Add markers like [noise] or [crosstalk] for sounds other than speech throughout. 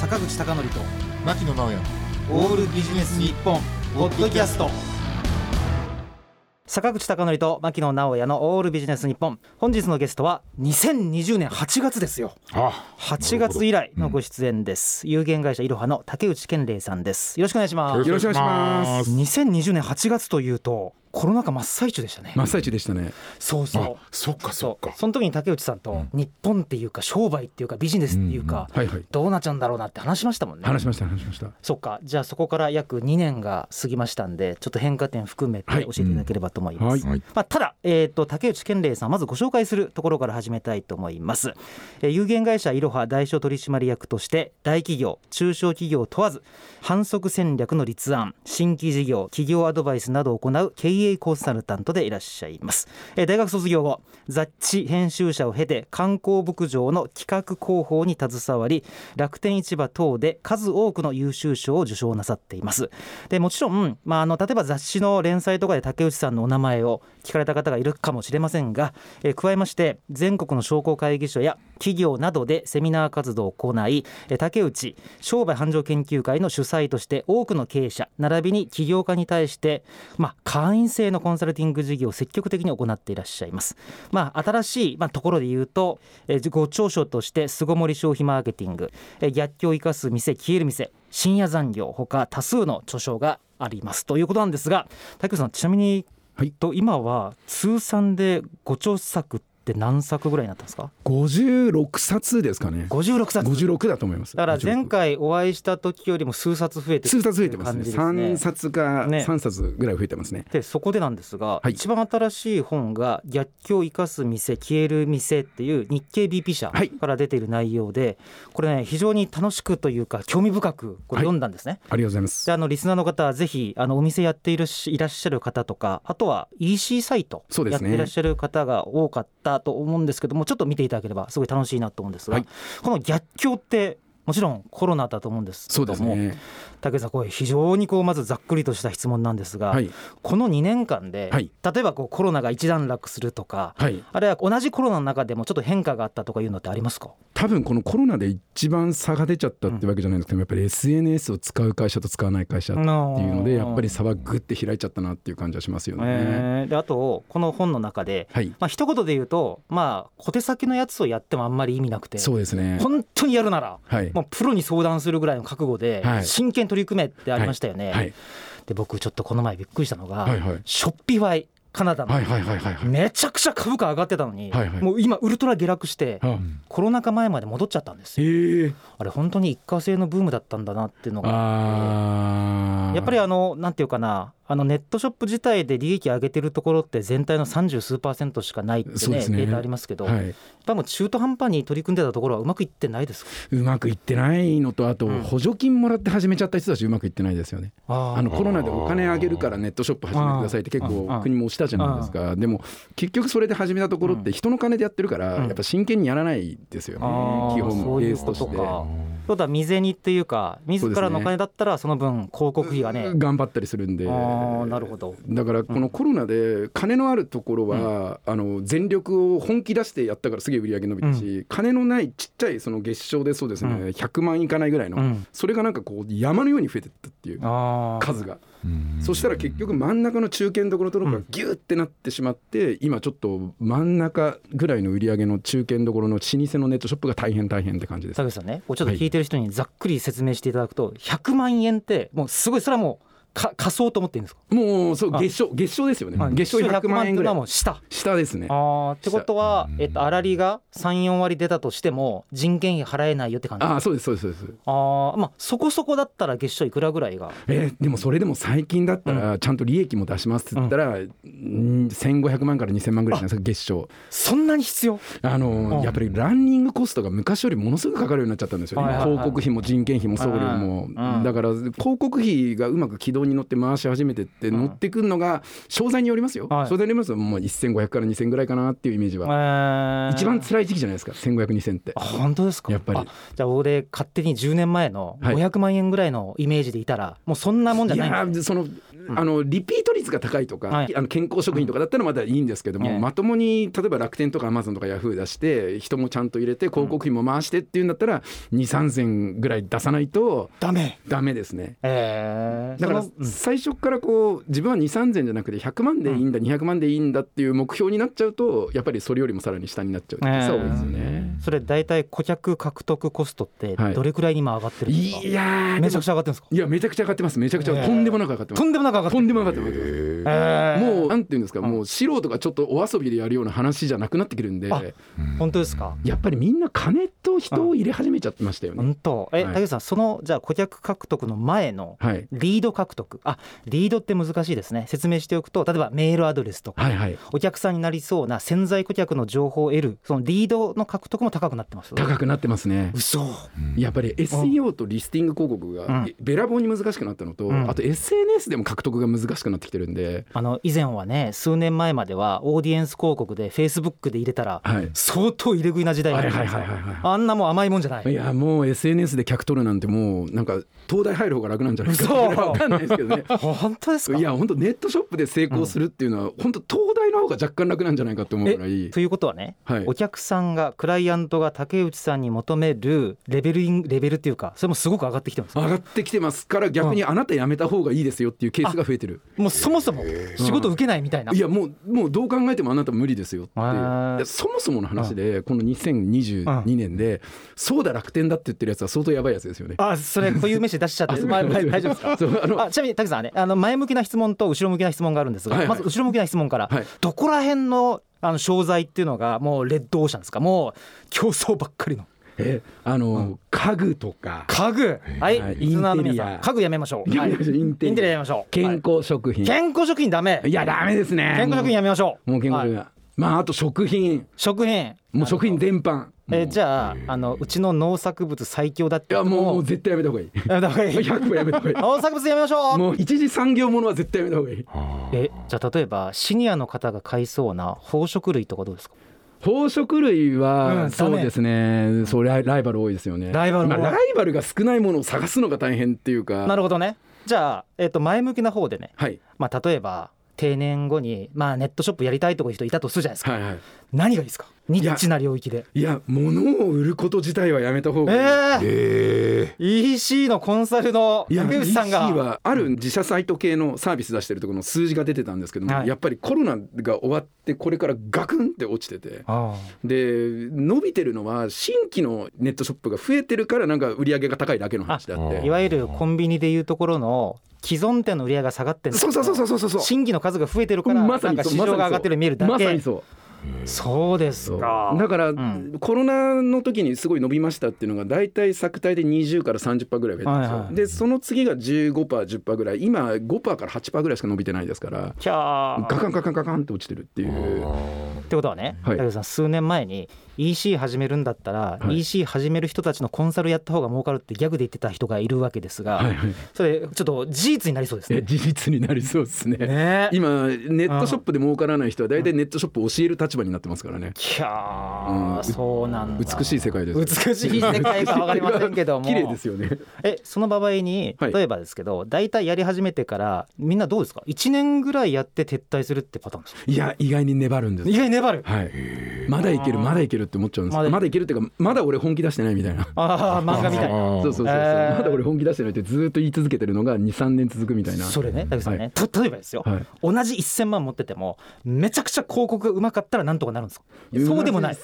坂口孝則と牧野直哉オールビジネス日本ポッドキャスト坂口孝則と牧野直哉のオールビジネス日本本日のゲストは2020年8月ですよあ8月以来のご出演です、有限会社いろはの竹内健礼さんですよろしくお願いしまあすよろしくお願いします2020年8月というとコロナ禍真っ最中でしたね、真っ最中でしたね。そうあそうそっかそっそうかその時に竹内さんと日本っていうか商売っていうかビジネスっていうか、はいはい。どうなっちゃうんだろうなって話しましたもんね話しました話しました。そっかじゃあそこから約2年が過ぎましたんでちょっと変化点含めてはい教えていただければと思います、はいはいまあ、ただ、えー、と竹内健礼さんまずご紹介するところから始めたいと思います、えー有限会社いろは代表取締役として大企業中小企業問わず反則戦略の立案新規事業企業アドバイスなどを行う経営コンサルタントでいらっしゃいます、えー大学卒業後雑誌編集者を経て観光牧場の企画広報に携わり楽天市場等で数多くの優秀賞を受賞なさっていますでもちろん、まあ、あの例えば雑誌の連載とかで竹内さんのお名前を聞かれた方がいるかもしれませんが、えー加えまして全国の商工会議所や企業などでセミナー活動を行いえー竹内商売繁盛研究会の主催として多くの経営者並びに起業家に対して、まあ、会員制のコンサルティング事業を積極的に行っていらっしゃいます。まあ、新しい、まあ、ところで言うと、えー、ご長所として巣ごもり消費マーケティング、えー逆境を生かす店消える店深夜残業ほか多数の著書がありますということなんですが竹内さんちなみに、はいと今は通算でご著作って何作ぐらいになったんですか五十六冊ですかね。 56冊五十六だと思います。だから前56回お会いした時よりも数冊増えて数冊増えてますね。という感じですね三冊かね三冊ぐらい増えてますね。でそこでなんですが、はい一番新しい本が「逆境を生かす店消える店」っていう日経 BP 社はいから出ている内容で、これね非常に楽しくというか興味深くこれはい読んだんですね。ありがとうございますで。あのリスナーの方はぜひあのお店やっているしいらっしゃる方とかあとは EC サイトそやうでっすてねいらっしゃる方が多かったと思うんですけども、ちょっと見ていただければすごい楽しいなと思うんですが、はいこの逆境ってもちろんコロナだと思うんですけそうどもですね。竹内さんこれ非常にこうまずざっくりとした質問なんですが、はいこの2年間で、はい例えばこうコロナが一段落するとか、はい。あるいは同じコロナの中でもちょっと変化があったとかいうのってありますか多分このコロナで一番差が出ちゃったってわけじゃないんですけど、やっぱり SNS を使う会社と使わない会社っていうので、やっぱり差はグッて開いちゃったなっていう感じはしますよね。えーであとこの本の中で、はい。まあ一言で言うと、まあ、小手先のやつをやってもあんまり意味なくて、そうですね。本当にやるなら、はい。もうプロに相談するぐらいの覚悟で、はい真剣に取り組めってありましたよね。はい。で僕ちょっとこの前びっくりしたのが、はいはい。ショッピファイカナダの、はいはいはいはいはい。めちゃくちゃ株価上がってたのに、はいはいもう今ウルトラ下落して、あコロナ禍前まで戻っちゃったんですよ。へえ。あれ本当に一過性のブームだったんだなっていうのがあーやっぱりあのなんていうかなあのネットショップ自体で利益上げてるところって全体の30数パーセントしかないってそうねですねデータありますけど、やっはい、ぱもう中途半端に取り組んでたところはうまくいってないですかうまくいってないのとあとうん補助金もらって始めちゃった人たちうまくいってないですよね、ああのコロナでお金あげるからネットショップ始めてくださいって結あ構あ国も押したじゃないですかでも結局それで始めたところっうんて人の金でやってるからうんやっぱ真剣にやらないですよねああ基本そうベいうースこととしてかそうだ未然にっていうか自らのお金だったらその分広告費がね頑張ったりするんであーなるほどだからこのコロナで金のあるところは、あの全力を本気出してやったからすげえ売り上げ伸びたし、金のないちっちゃいその月賞でそうですね、うん100万いかないぐらいの、うんそれがなんかこう山のように増えてったっていうあー数が、そしたら結局真ん中の中堅どころとかうがんギューってなってしまって、今ちょっと真ん中ぐらいの売り上げの中堅どころの老舗のネットショップが大変大変って感じです。田口さんねこうちょっと聞いてる人にざっくり説明していただくと100万円ってもうすごいそれはもうか仮想と思っていいんですかもうそうあ月賞月賞ですよね、まあ月賞100万円ぐら100万ってうのはもいう下下ですね。あーってことは、えっと、粗利が34割出たとしても人件費払えないよって感じあああそうですそうですそうです。あーまあそこそこだったら月賞いくらぐらいがえーでもそれでも最近だったらちゃんと利益も出しますって言ったら、うん1500万から2000万ぐらいじゃないですか月賞そんなに必要あの、うんやっぱりランニングコストが昔よりものすごくかかるようになっちゃったんですよね、はいはいはい広告費も人件費も送料も、うんうんだから広告費がうまく軌道にに乗って回し始めてって乗ってくるのが商材によりますよ、はい商材によりますともう1500から2000ぐらいかなっていうイメージは、えー一番辛い時期じゃないですか15002000ってあ本当ですかやっぱりあじゃあ俺勝手に10年前のはい500万円ぐらいのイメージでいたら、もうそんなもんじゃいないんだやーそのあのリピート率が高いとか、はいあの健康食品とかだったらまだいいんですけども、ええまともに例えば楽天とかアマゾンとかヤフー出して人もちゃんと入れて広告費も回してっていうんだったら2 3千ぐらい出さないとダメダメですね。えー、だからそのうん最初からこう自分は2 3千じゃなくて100万でいいんだ、200万でいいんだっていう目標になっちゃうとやっぱりそれよりもさらに下になっちゃうってええさ多いですよね。それ大体顧客獲得コストってはいどれくらいに今上がってるんですか、いやーめちゃくちゃ上がってるんですかいやめちゃくちゃ上がってますめちゃくちゃ、ええとんでもなく上がってますとんでもなく上がってとるんでもなく上がってます。えーもうなんていうんですか、うんもう素人がちょっとお遊びでやるような話じゃなくなってくるんであ本当ですかやっぱりみんな金と人を入れ始めちゃってましたよね。本当え、はい竹内さんそのじゃあ顧客獲得の前のはい、リード獲得あリードって難しいですね説明しておくと例えばメールアドレスとかはいはいお客さんになりそうな潜在顧客の情報を得るそのリードの獲得も高くなってます高くなってますね嘘やっぱり SEO とリスティング広告がうんべらぼうに難しくなったのと、うんあと SNS でも獲得が難しくなってきてるんで、あの以前はね数年前まではオーディエンス広告でフェイスブックで入れたらはい、相当入れ食いな時代があはいったんはいですはよいはいはいあんなもん甘いもんじゃないいやもう SNS で客取るなんてもうなんか東大入る方が楽なんじゃないですか嘘わかんないですけどね本当ですかいや本当ネットショップで成功するっていうのは本当東大の方が若干楽なんじゃないかと思うぐらい、ということはね、はいお客さんがクライアントが竹内さんに求めるレベルインレベルっていうかそれもすごく上がってきてます上がってきてますから逆にあなた辞めた方がいいですよっていうケースが増えてるもうそもそも仕事受けないみたいな、いやもうもうどう考えてもあなた無理ですよっていへうーいやそもそもの話でこの2022年でそうだ楽天だって言ってるやつは相当やばいやつですよね。あ [laughs] それ固有名詞出しちゃってまあまあ大丈夫です [laughs] かそうあのあちなみに滝さんはねあの前向きな質問と後ろ向きな質問があるんですが、はいはいまず後ろ向きな質問から、はいどこら辺のあの商材っていうのがもうレッドオーシャンですかもう競争ばっかりのえあの、家具とか家具はい、はいリスナーの皆さインテリんア家具やめましょうやめましょうはいインテリアやめましょう健康食品、はい健康食品ダメい、やダメですね健康食品やめましょうもう健康食はい品、まああと食品食品もう食品全般えーじゃああのうちの農作物最強だっいてや人もうもう絶対やめた方がいい [laughs] やめた方がいい100やめた方がいい農作物やめましょ [laughs] うもう一次産業ものは絶対やめた方がいいえじゃあ例えばシニアの方が買いそうな宝飾類とかどうですか宝飾類は、うんそうですねそうライライバル多いですよねライバル多いまあライバルが少ないものを探すのが大変っていうかなるほどねじゃあ、えっと前向きな方でね、はいまあ、例えば定年後に、まあ、ネットショップやりたいとかいう人いたとするじゃないですか、はいはい何がいいですかニッチな領域でいや物を売ること自体はやめた方えがいい、ええ EC のコンサルのいや竹内さん EC がはある自社サイト系のサービス出してるところの数字が出てたんですけども、はいやっぱりコロナが終わってこれからガクンって落ちててあで伸びてるのは新規のネットショップが増えてるからなんか売り上げが高いだけの話であっあていわゆるコンビニでいうところの既存店の売り上げが下がってるんだけそどうそうそうそうそうそう新規の数が増えてるからなまんさにかそう市場が上がってるように見えるだけ、まさにそうそうですかだから、んコロナの時にすごい伸びましたっていうのが大体作体で20から30%ぐらい増えたんですよ、はいはいでその次が 15%10% ぐらい今5%から8%ぐらいしか伸びてないですからキャーガカンガカンガカンって落ちてるっていうってことはね、はい竹内さん数年前に EC 始めるんだったら、はい EC 始める人たちのコンサルやった方が儲かるってギャグで言ってた人がいるわけですが、はいはいそれちょっと事実になりそうですえね。事実になりそうですねねえ。今ネットショップで儲からない人は大体ネットショップを教える立場になってますからねきゃー、うんそうなんだ。美しい世界です美しい世界かわかりませんけども。綺麗ですよねえその場合にはい例えばですけど、大体やり始めてからみんなどうですか1年ぐらいやって撤退するってパターンですかいや意外に粘るんです意外に粘るはいまだいけるまだいけるって思っちゃうんですまだまだいけるっていうかまだ俺本気出してないみたいなああ漫画みたいなそうそうそうそう、えーまだ俺本気出してないってずーっと言い続けてるのが23年続くみたいなそれね、竹内さんね、はた例えばですよ、はい同じ1000万持ってても、めちゃくちゃ広告がうまかったらなんとかなるんですかうまいそうでもない。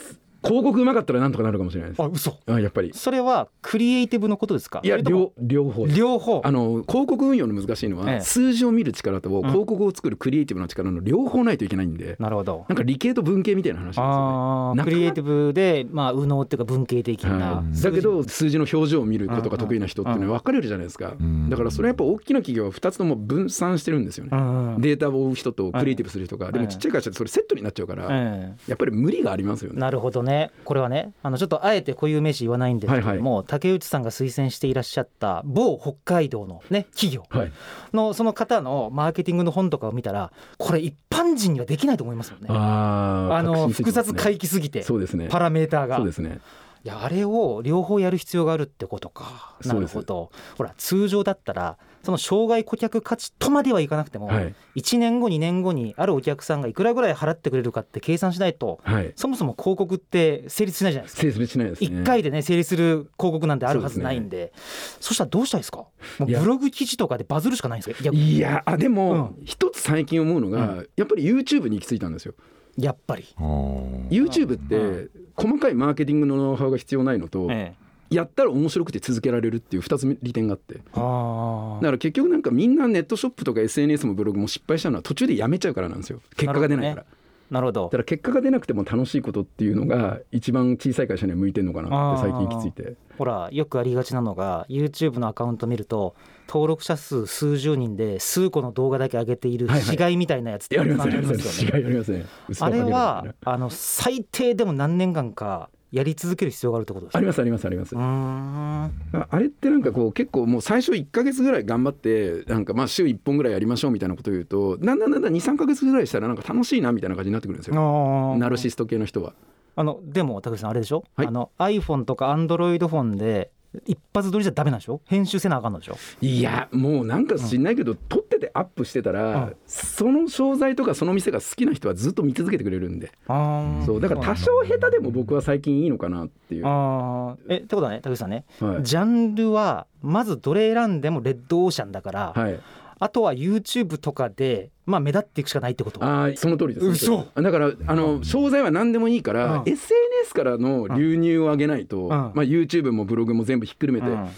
広告うまかったらなんとかなるかもしれないですあ、嘘あやっぱりそれはクリエイティブのことですかいやそれとも両両方です両方。あの広告運用の難しいのは、ええ数字を見る力と広告を作るクリエイティブの力の両方ないといけないんで、なるほど。なんか理系と文系みたいな話なんですよあね。なかーなかクリエイティブで、まあ、右脳っていうか文系的な、はい、だけど数字の表情を見ることが得意な人っていうのは分かれるじゃないですか、んだからそれはやっぱ大きな企業は2つとも分散してるんですよね、うんうんデータを追う人とクリエイティブする人が、でもちっちゃい会社ってそれセットになっちゃうから、うんやっぱり無理がありますよね。なるほどね、ねこれはねあのちょっとあえて固有名詞言わないんですけども、竹内さんが推薦していらっしゃった某北海道の、ね、企業はい、のその方のマーケティングの本とかを見たらこれ一般人にはできないと思いますよね。あーあの確信つい複てますね雑回帰すぎてそうですねパラメーターがそうですねいやあれを両方やる必要があるってことかなそうるですほどほら通常だったらその障害顧客価値とまではいかなくても、はい1年後2年後にあるお客さんがいくらぐらい払ってくれるかって計算しないとはいそもそも広告って成立しないじゃないですか。成立しないですね1回でね成立する広告なんてあるはずないんでそしたらどうしたらいいですかもういやブログ記事とかでバズるしかないんですよいやいやあでも、一つ最近思うのが、うやっぱり YouTube に行き着いたんですよやっぱり、うん。 YouTube って、う細かいマーケティングのノウハウが必要ないのと、ええ、やったら面白くて続けられるっていう2つ利点があってあだーから結局なんかみんなネットショップとか SNS もブログも失敗したのは途中でやめちゃうからなんですよ結果が出ないかなら、るなるほどだから結果が出なくても楽しいことっていうのが一番小さい会社には向いてるのかなって最近行き着いてほらよくありがちなのが YouTube のアカウント見ると登録者数数十人で数個の動画だけ上げているはいはい死骸みたいなやつってやりますありやりまますすよ違いねやりますね嘘あをかけれるみたいなはあの最低でも何年間かやり続ける必要があるってことですあかりますありますありますうーんああれってなんかこう結構もう最初1か月ぐらい頑張ってなんかまあ週1本ぐらいやりましょうみたいなことを言うとだんだんだんだん23か月ぐらいしたらなんか楽しいなみたいな感じになってくるんですよナルシスト系の人は。あのでも高橋さんあれでしょ、はいあの iPhone とか Android フォンで一発撮りじゃダメなんでしょ編集せなあかんのでしょいやもうなんか知んないけど、撮っててアップしてたら、うんその商材とかその店が好きな人はずっと見続けてくれるんで、あーそうだから多少下手でも僕は最近いいのかなっていう、はあーえってことはね高橋さんね、いジャンルはまずどれ選んでもレッドオーシャンだから、はい、あとは YouTube とかで、まあ、目立っていくしかないってことあーその通りです嘘だからあの商材は何でもいいかうんら、SNS からの流入を上げないと、んまあ、YouTube もブログも全部ひっくるめてうん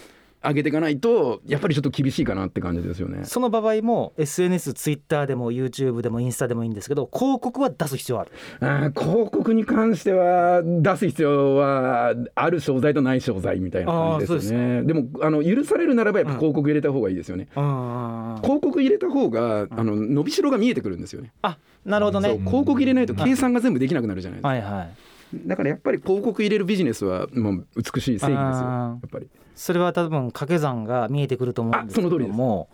上げていかないとやっぱりちょっと厳しいかなって感じですよね。その場合も SNS、Twitter でも YouTube でもインスタでもいいんですけど広告は出す必要あるあー広告に関しては出す必要はある商材とない商材みたいな感じですよねでもあの許されるならばやっぱ広告入れた方がいいですよね、あ広告入れた方があの伸びしろが見えてくるんですよねなるほどそうねん広告入れないと計算が全部できなくなるじゃないですか、はいはいだからやっぱり広告入れるビジネスはもう美しい正義ですよあーやっぱりそれは多分掛け算が見えてくると思うんですけどあその通りですも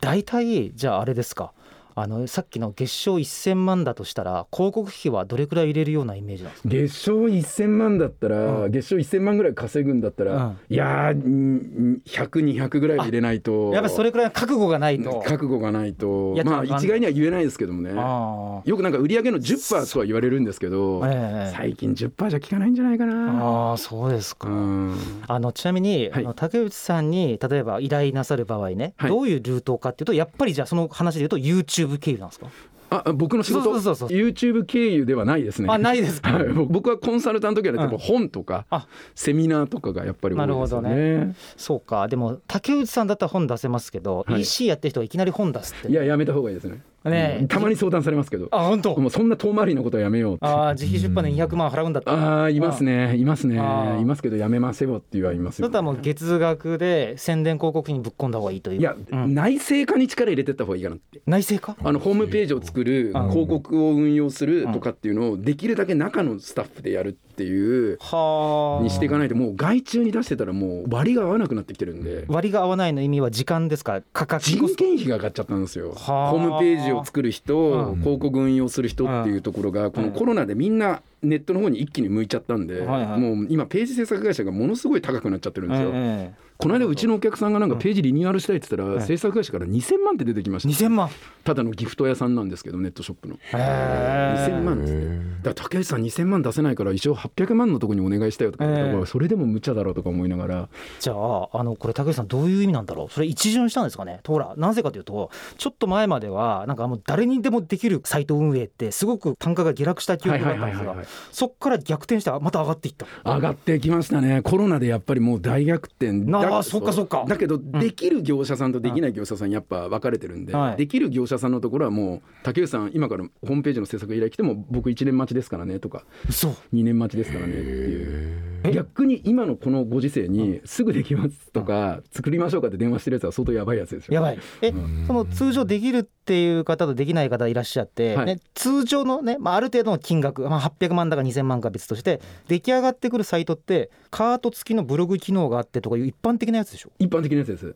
大体じゃああれですかあのさっきの月賞1000万だとしたら広告費はどれくらい入れるようなイメージなんですか月賞1000万だったら、うん月賞1000万ぐらい稼ぐんだったら、うんいやー100200ぐらいは入れないとやっぱりそれくらいの覚悟がないと。覚悟がないとやっちゃまああかん一概には言えないですけどもねあよくなんか売り上げの10%とは言われるんですけどー、ええ最近10%じゃ効かないんじゃないかな。あーそうですか。うんあのちなみに、はいあの竹内さんに例えば依頼なさる場合ね、はいどういうルートかっていうとやっぱりじゃあその話で言うと YouTube 経由なんですか、ああ僕の仕事そうそうそうそ YouTube 経由ではないですね。あないですかはい、 [laughs] 僕僕はコンサルタント業なんでうん本とか、あセミナーとかがやっぱり多いですよなるね。そうかでも竹内さんだったら本出せますけど、はい EC やってる人がいきなり本出すっていややめた方がいいですね。ねえうんたまに相談されますけど、あ本当もうそんな遠回りなことはやめようって。あー自費出版で200万払うんだったらああいますねいますねいあーますけどやめませよっていうはいますだよ、ったらもう月額で宣伝広告費にぶっ込んだ方がいいといういや、うん内製化に力入れてった方がいいかなって。内製かあのホームページを作るうん広告を運用するとかっていうのをできるだけ中のスタッフでやるっていうはあにしていかないともう外注に出してたらもう割が合わなくなってきてるんで割が合わないの意味は時間ですか価格人件費が上がっちゃったんですよはあホームページを作るう人ん広告運用する人っていうところがこのコロナでみんなネットの方に一気に向いちゃったんではいはいもう今ページ制作会社がものすごい高くなっちゃってるんですよええこの間うちのお客さんがなんかページリニューアルしたいって言ったうんら制作会社から2000万って出てきました2000万ただのギフト屋さんなんですけどネットショップのへえ2000万ですねだから竹内さん2000万出せないから一応800万のとこにお願いしたよとか言ったらええうわそれでも無茶だろうとか思いながらじゃああのこれ竹内さんどういう意味なんだろうそれ一巡したんですかねほらなぜかというとちょっと前まではなんかもう誰にでもできるサイト運営ってすごく単価が下落した記憶だったんですがはいはいはいはいはいそこから逆転してまた上がっていった上がってきましたねコロナでやっぱりもう大逆転なあだそっかそっかだけどできる業者さんとできない業者さんやっぱ分かれてるんで、はいできる業者さんのところはもう竹内さん今からホームページの制作依頼来ても僕1年待ちですからねとかそう2年待ちですからねっていう逆に今のこのご時世にすぐできますとか作りましょうかって電話してるやつは相当やばいやつですよ。やばいえ、うんその通常できるっていう方とできない方いらっしゃって、はいね、通常のね、まあ、ある程度の金額、まあ、800万だか2000万か別として出来上がってくるサイトってカート付きのブログ機能があってとかいう一般的なやつでしょ一般的なやつです。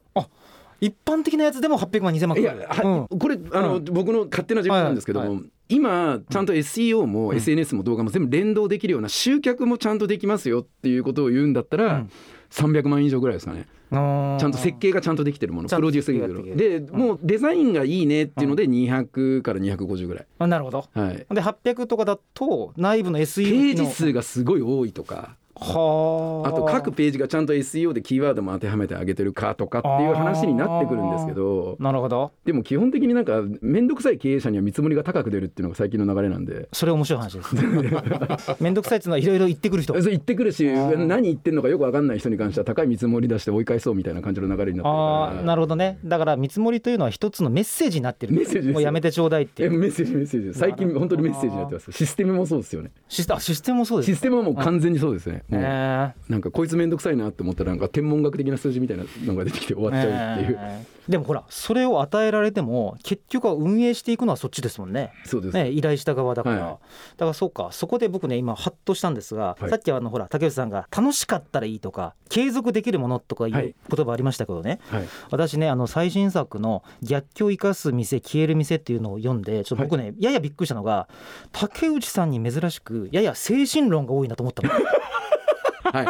一般的なやつでも800万2000万いかかや、るはこれあの、う僕の勝手な自分なんですけども、はい今ちゃんと SEO もうん SNS も動画も全部連動できるような集客もちゃんとできますよっていうことを言うんだったら、うん300万以上ぐらいですかねうんちゃんと設計がちゃんとできてるものちゃプんとロデュースできてるやもってのでもうデザインがいいねっていうので200から250ぐらい、あなるほどはい、で800とかだと内部の SE ページの数がすごい多いとかはあと各ページがちゃんと SEO でキーワードも当てはめてあげてるかとかっていう話になってくるんですけどなるほどでも基本的になんか面倒くさい経営者には見積もりが高く出るっていうのが最近の流れなんで。それ面白い話です [laughs] ねめんどくさいっていうのはいろいろ言ってくる人そう言ってくるしー何言ってんのかよく分かんない人に関しては高い見積もり出して追い返そうみたいな感じの流れになっああてるからなるほどねだから見積もりというのは一つのメッセージになってるメッセージですよもうやめてちょうだいっていえうメッセージメッセージ最近本当にメッセージになってますシステムもそうですよねシスあシステムもそうですシステムはもう完全にそうですねもうえなんかこいつめんどくさいなって思ったらなんか天文学的な数字みたいなのが出てきて終わーっちゃうっていう、えーでもほらそれを与えられても結局は運営していくのはそっちですもんねそうです、ね依頼した側だから、はいだからそうかそこで僕ね今ハッとしたんですが、はいさっきあのほら竹内さんが楽しかったらいいとか継続できるものとかいはうい言葉ありましたけどね、はい、私ねあの最新作の「逆境を生かす店消える店」っていうのを読んでちょっと僕ね、ややびっくりしたのが竹内さんに珍しくやや精神論が多いなと思ったの、はい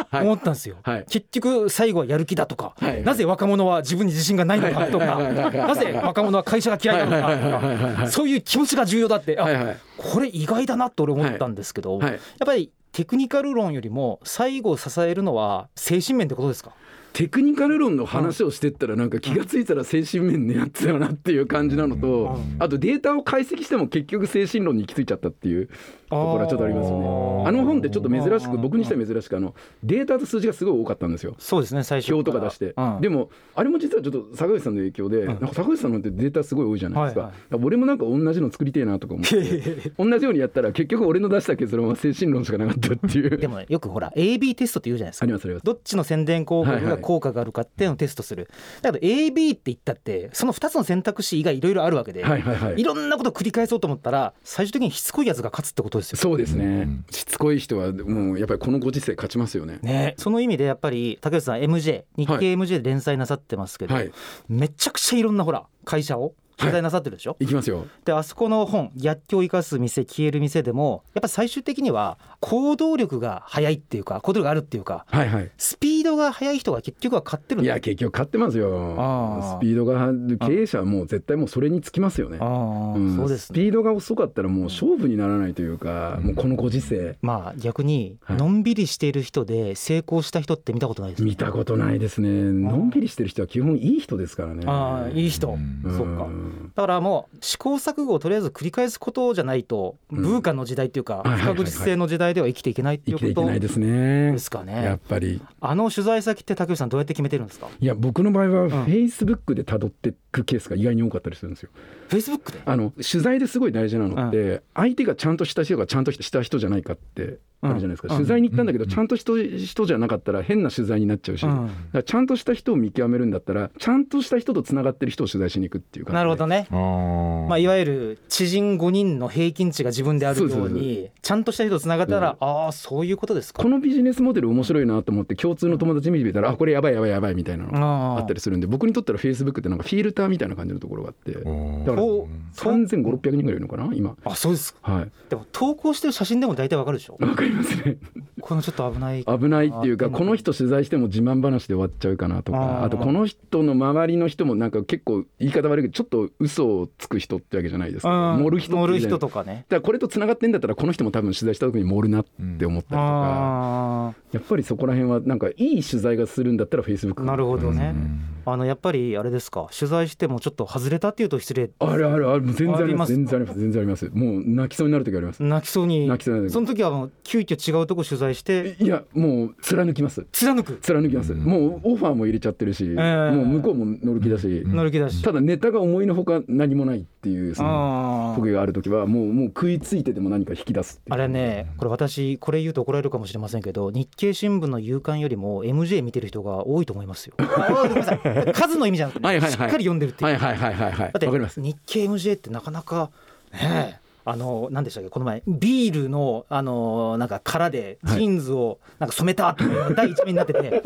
はい思ったんですよ、はい結局最後はやる気だとか、はいはいなぜ若者は自分に自信がないのかとはいはいはいかはいはいなぜ若者は会社が嫌いなのかとはいはいはいはいかそういう気持ちが重要だって、あはいはいこれ意外だなと俺思ったんですけど、はいやっぱりテクニカル論よりも最後を支えるのは精神面ってことですかテクニカル論の話をしてったらなんか気がついたら精神面になってたよなっていう感じなのとあとデータを解析しても結局精神論に行き着いちゃったっていうところはちょっとありますよねあの本ってちょっと珍しく僕にしては珍しくあのデータと数字がすごい多かったんですよそうですね最初表とか出して、うんでもあれも実はちょっと坂口さんの影響で、んなんか坂口さんのってデータすごい多いじゃないですか,、はいはいだから俺もなんか同じの作りてえなとか思って同じようにやったら結局俺の出した結論は精神論しかなかったっていう [laughs] でもね、よくほら AB テストって言うじゃないですあかりますありますどっちの宣伝広はい告はがい効果があるかっていうのをテストする、だけど AB って言ったってその2つの選択肢以外いろいろあるわけで、はいいはいはいろんなことを繰り返そうと思ったら最終的にしつこいやつが勝つってことですよ。そうですね、しつこい人はもうやっぱりこのご時世勝ちますよねね、その意味でやっぱり竹内さん MJ 日はい経 MJ で連載なさってますけど、はいめちゃくちゃいろんなほら会社を取材なさってるでしょ、いきますよであそこの本「逆境を生かす店消える店」でもやっぱ最終的には行動力が早いっていうか行動力があるっていうかはいはいスピードが速い人が結局は勝ってるんいだよや結局勝ってますよあースピードが経営者はもう絶対もうそれにつきますよねああ、うんそうですね。スピードが遅かったらもう勝負にならないというか、もうこのご時世まあ逆にはいのんびりしている人で成功した人って見たことないですね。見たことないですねのんびりしてる人は基本いい人ですからねああいい人、うんそっか。だからもう試行錯誤をとりあえず繰り返すことじゃないと、うんブーカの時代っていうかはいはい不はいはい確実性の時代では生きていけないってい生うきていこけとないでですねすかやっね。ぱりあの取材先って竹内さんどうやって決めてるんですか。いや僕の場合はんフェイスブックで辿ってくケースが意外に多かったりするんですよフェイスブックで。あの取材ですごい大事なのって、相手がちゃんとした人がちゃんとした人じゃないかってあるじゃないですか、うん取材に行ったんだけど、うんちゃんとした人じゃなかったら変な取材になっちゃうし、うだかんらちゃんとした人を見極めるんだったらちゃんとした人とつながってる人を取材しに行くっていう感じでなるほどね。まあいわゆる知人5人の平均値が自分であるよそううそうにちゃんとした人とつながったら、ああそういうことですかこ。のビジネスモデル面白いなと思って共通の友達見てみたらあこれやばいやばいやばいみたいなのがああったりするんで僕にとったらフェイスブックってなんかフィルターみたいな感じのところがあってだからお3500人ぐらいいるのかな今あそうですか。はい [laughs] でも投稿してる写真でも大体わかるでしょ。わかりますねこのちょっと危ない。危ないっていうあかでもこの人取材しても自慢話で終わっちゃうかなとあかーあとこの人の周りの人もなんか結構言い方悪いけどちょっと嘘をつく人ってわけじゃないですか盛る人って盛いうるじゃない人とかね。だからこれとつながってんだったらこの人も多分取材した時に盛るなって思ったりとあか、やっぱりそこら辺はなんかいい取材がするんだったらフェイスブあ、ックなるほどねう。んあのやっぱりあれですか。取材してもちょっと外れたっていうと失礼。あるあるあるもう全然ありますあり全ます然あります全然ありますもう泣きそうになる時あります泣きそうに。泣きそうになるそ時の時はもう急遽違うとこ取材していやもう貫きます貫く貫きますうんもうオファーも入れちゃってるし、えもう向こうも乗る気だし、ん乗る気だし。ただネタが思いのほか何もないってっていうそのトゲがある時はもうもう食いついてでも何か引き出すあれねこれ私これ言うと怒られるかもしれませんけど日経新聞の夕刊よりも MJ 見てる人が多いと思い [laughs] ますよ数の意味じゃなくて、ねはいはいはい、しっかり読んでるっていうはいはいはいはいだって日経 MJ ってなかなかねえあの何でしたっけこの前ビールのあのなんか殻でジーンズをなんか染めたって第一面になってて、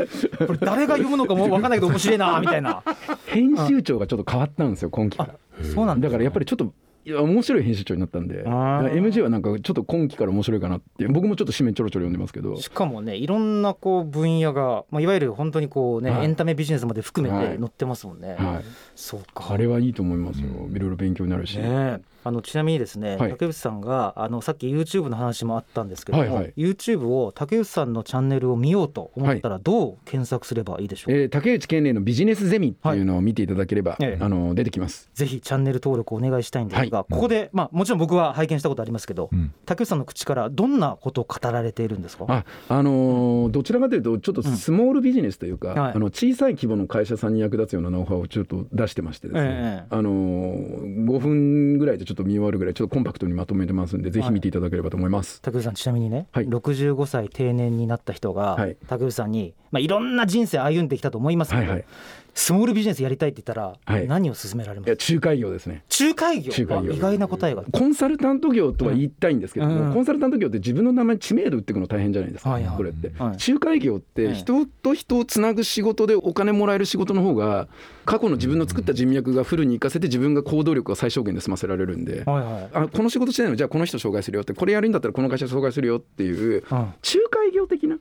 これ誰が読むのかも分かんないけど面白いなみたいな編集長がちょっと変わったんですよ今期からそうなんだからやっぱりちょっといや面白い編集長になったんで MG はなんかちょっと今期から面白いかなって僕もちょっと紙面ちょろちょろ読んでますけどしかもねいろんなこう分野が、まあ、いわゆる本当にこうね、はい、エンタメビジネスまで含めて載ってますもんね、はいはい、そうかあれはいいと思いますよ、いろいろ勉強になるし、ね、あのちなみにですね、竹内さんがあのさっき YouTube の話もあったんですけども、はいはい、YouTube を竹内さんのチャンネルを見ようと思ったらどう検索すればいいでしょうか、えー、竹内健礼のビジネスゼミっていうのを見ていただければ、えー、あの出てきますぜひチャンネル登録お願いしたいんですが、ここで、まあ、もちろん僕は拝見したことありますけど、うん、竹内さんの口からどんなことを語られているんですかあ、あのー、どちらかというとちょっとスモールビジネスというか、うんはい、あの小さい規模の会社さんに役立つようなノウハウをちょっと出してましてですね、ええ、あのー、5分ぐらいでちょっと見終わるぐらいちょっとコンパクトにまとめてますんでぜひ見ていただければと思います、はい、竹内さんちなみにね、はい、65歳定年になった人が、はい、竹内さんに、まあ、いろんな人生歩んできたと思いますけど、はいはいスモールビジネスやりたいって言ったら、何を勧められます仲介業ですね仲介業意外な答えがコンサルタント業とは言いたいんですけども、うん、コンサルタント業って自分の名前知名度打っていくの大変じゃないですか、はいはい、これって、はい、仲介業って人と人をつなぐ仕事でお金もらえる仕事の方が過去の自分の作った人脈がフルに活かせて自分が行動力を最小限で済ませられるんで、はいはい、あこの仕事してないのじゃあこの人紹介するよってこれやるんだったらこの会社紹介するよっていう仲介業的な。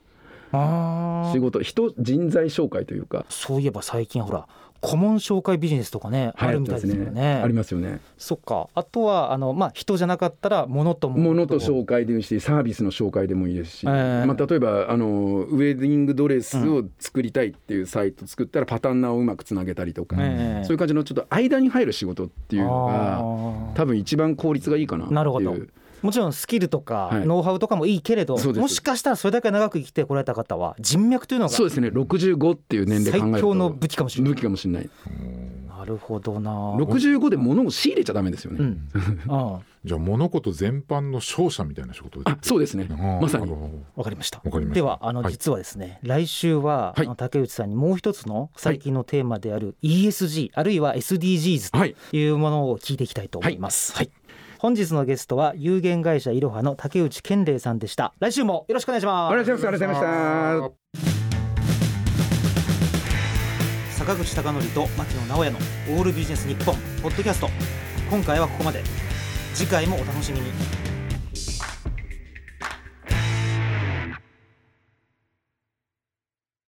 仕事人人材紹介というかそういえば最近ほら顧問紹介ビジネスとかね、はい、あるみたいですよね、ね、ありますよねそっかあとはあの、まあ、人じゃなかったら物と物と紹介でもいいしサービスの紹介でもいいですし、えー、まあ、例えばあのウェディングドレスを作りたいっていうサイト作ったら、パターンナーをうまくつなげたりとか、えー、そういう感じのちょっと間に入る仕事っていうのが多分一番効率がいいかなっていう。なるほどもちろんスキルとかノウハウとかもいいけれど、はい、もしかしたらそれだけ長く生きてこられた方は人脈というのがそうですね65っていう年齢考える最強の武器かもしれない武器かもしれないなるほどな65で物を仕入れちゃダメですよね、うん、 [laughs] ああじゃあ物事全般の勝者みたいな仕事あそうですねまさにわかりましたではあの実はですね、はい、来週は、はい、竹内さんにもう一つの最近のテーマである ESG、あるいは SDGs というものを聞いていきたいと思います、はい、はい本日のゲストは有限会社いろはの竹内健礼さんでした来週もよろしくお願いしますありがとうございました坂口孝則と牧野直哉のオールビジネス日本ポッドキャスト今回はここまで次回もお楽しみに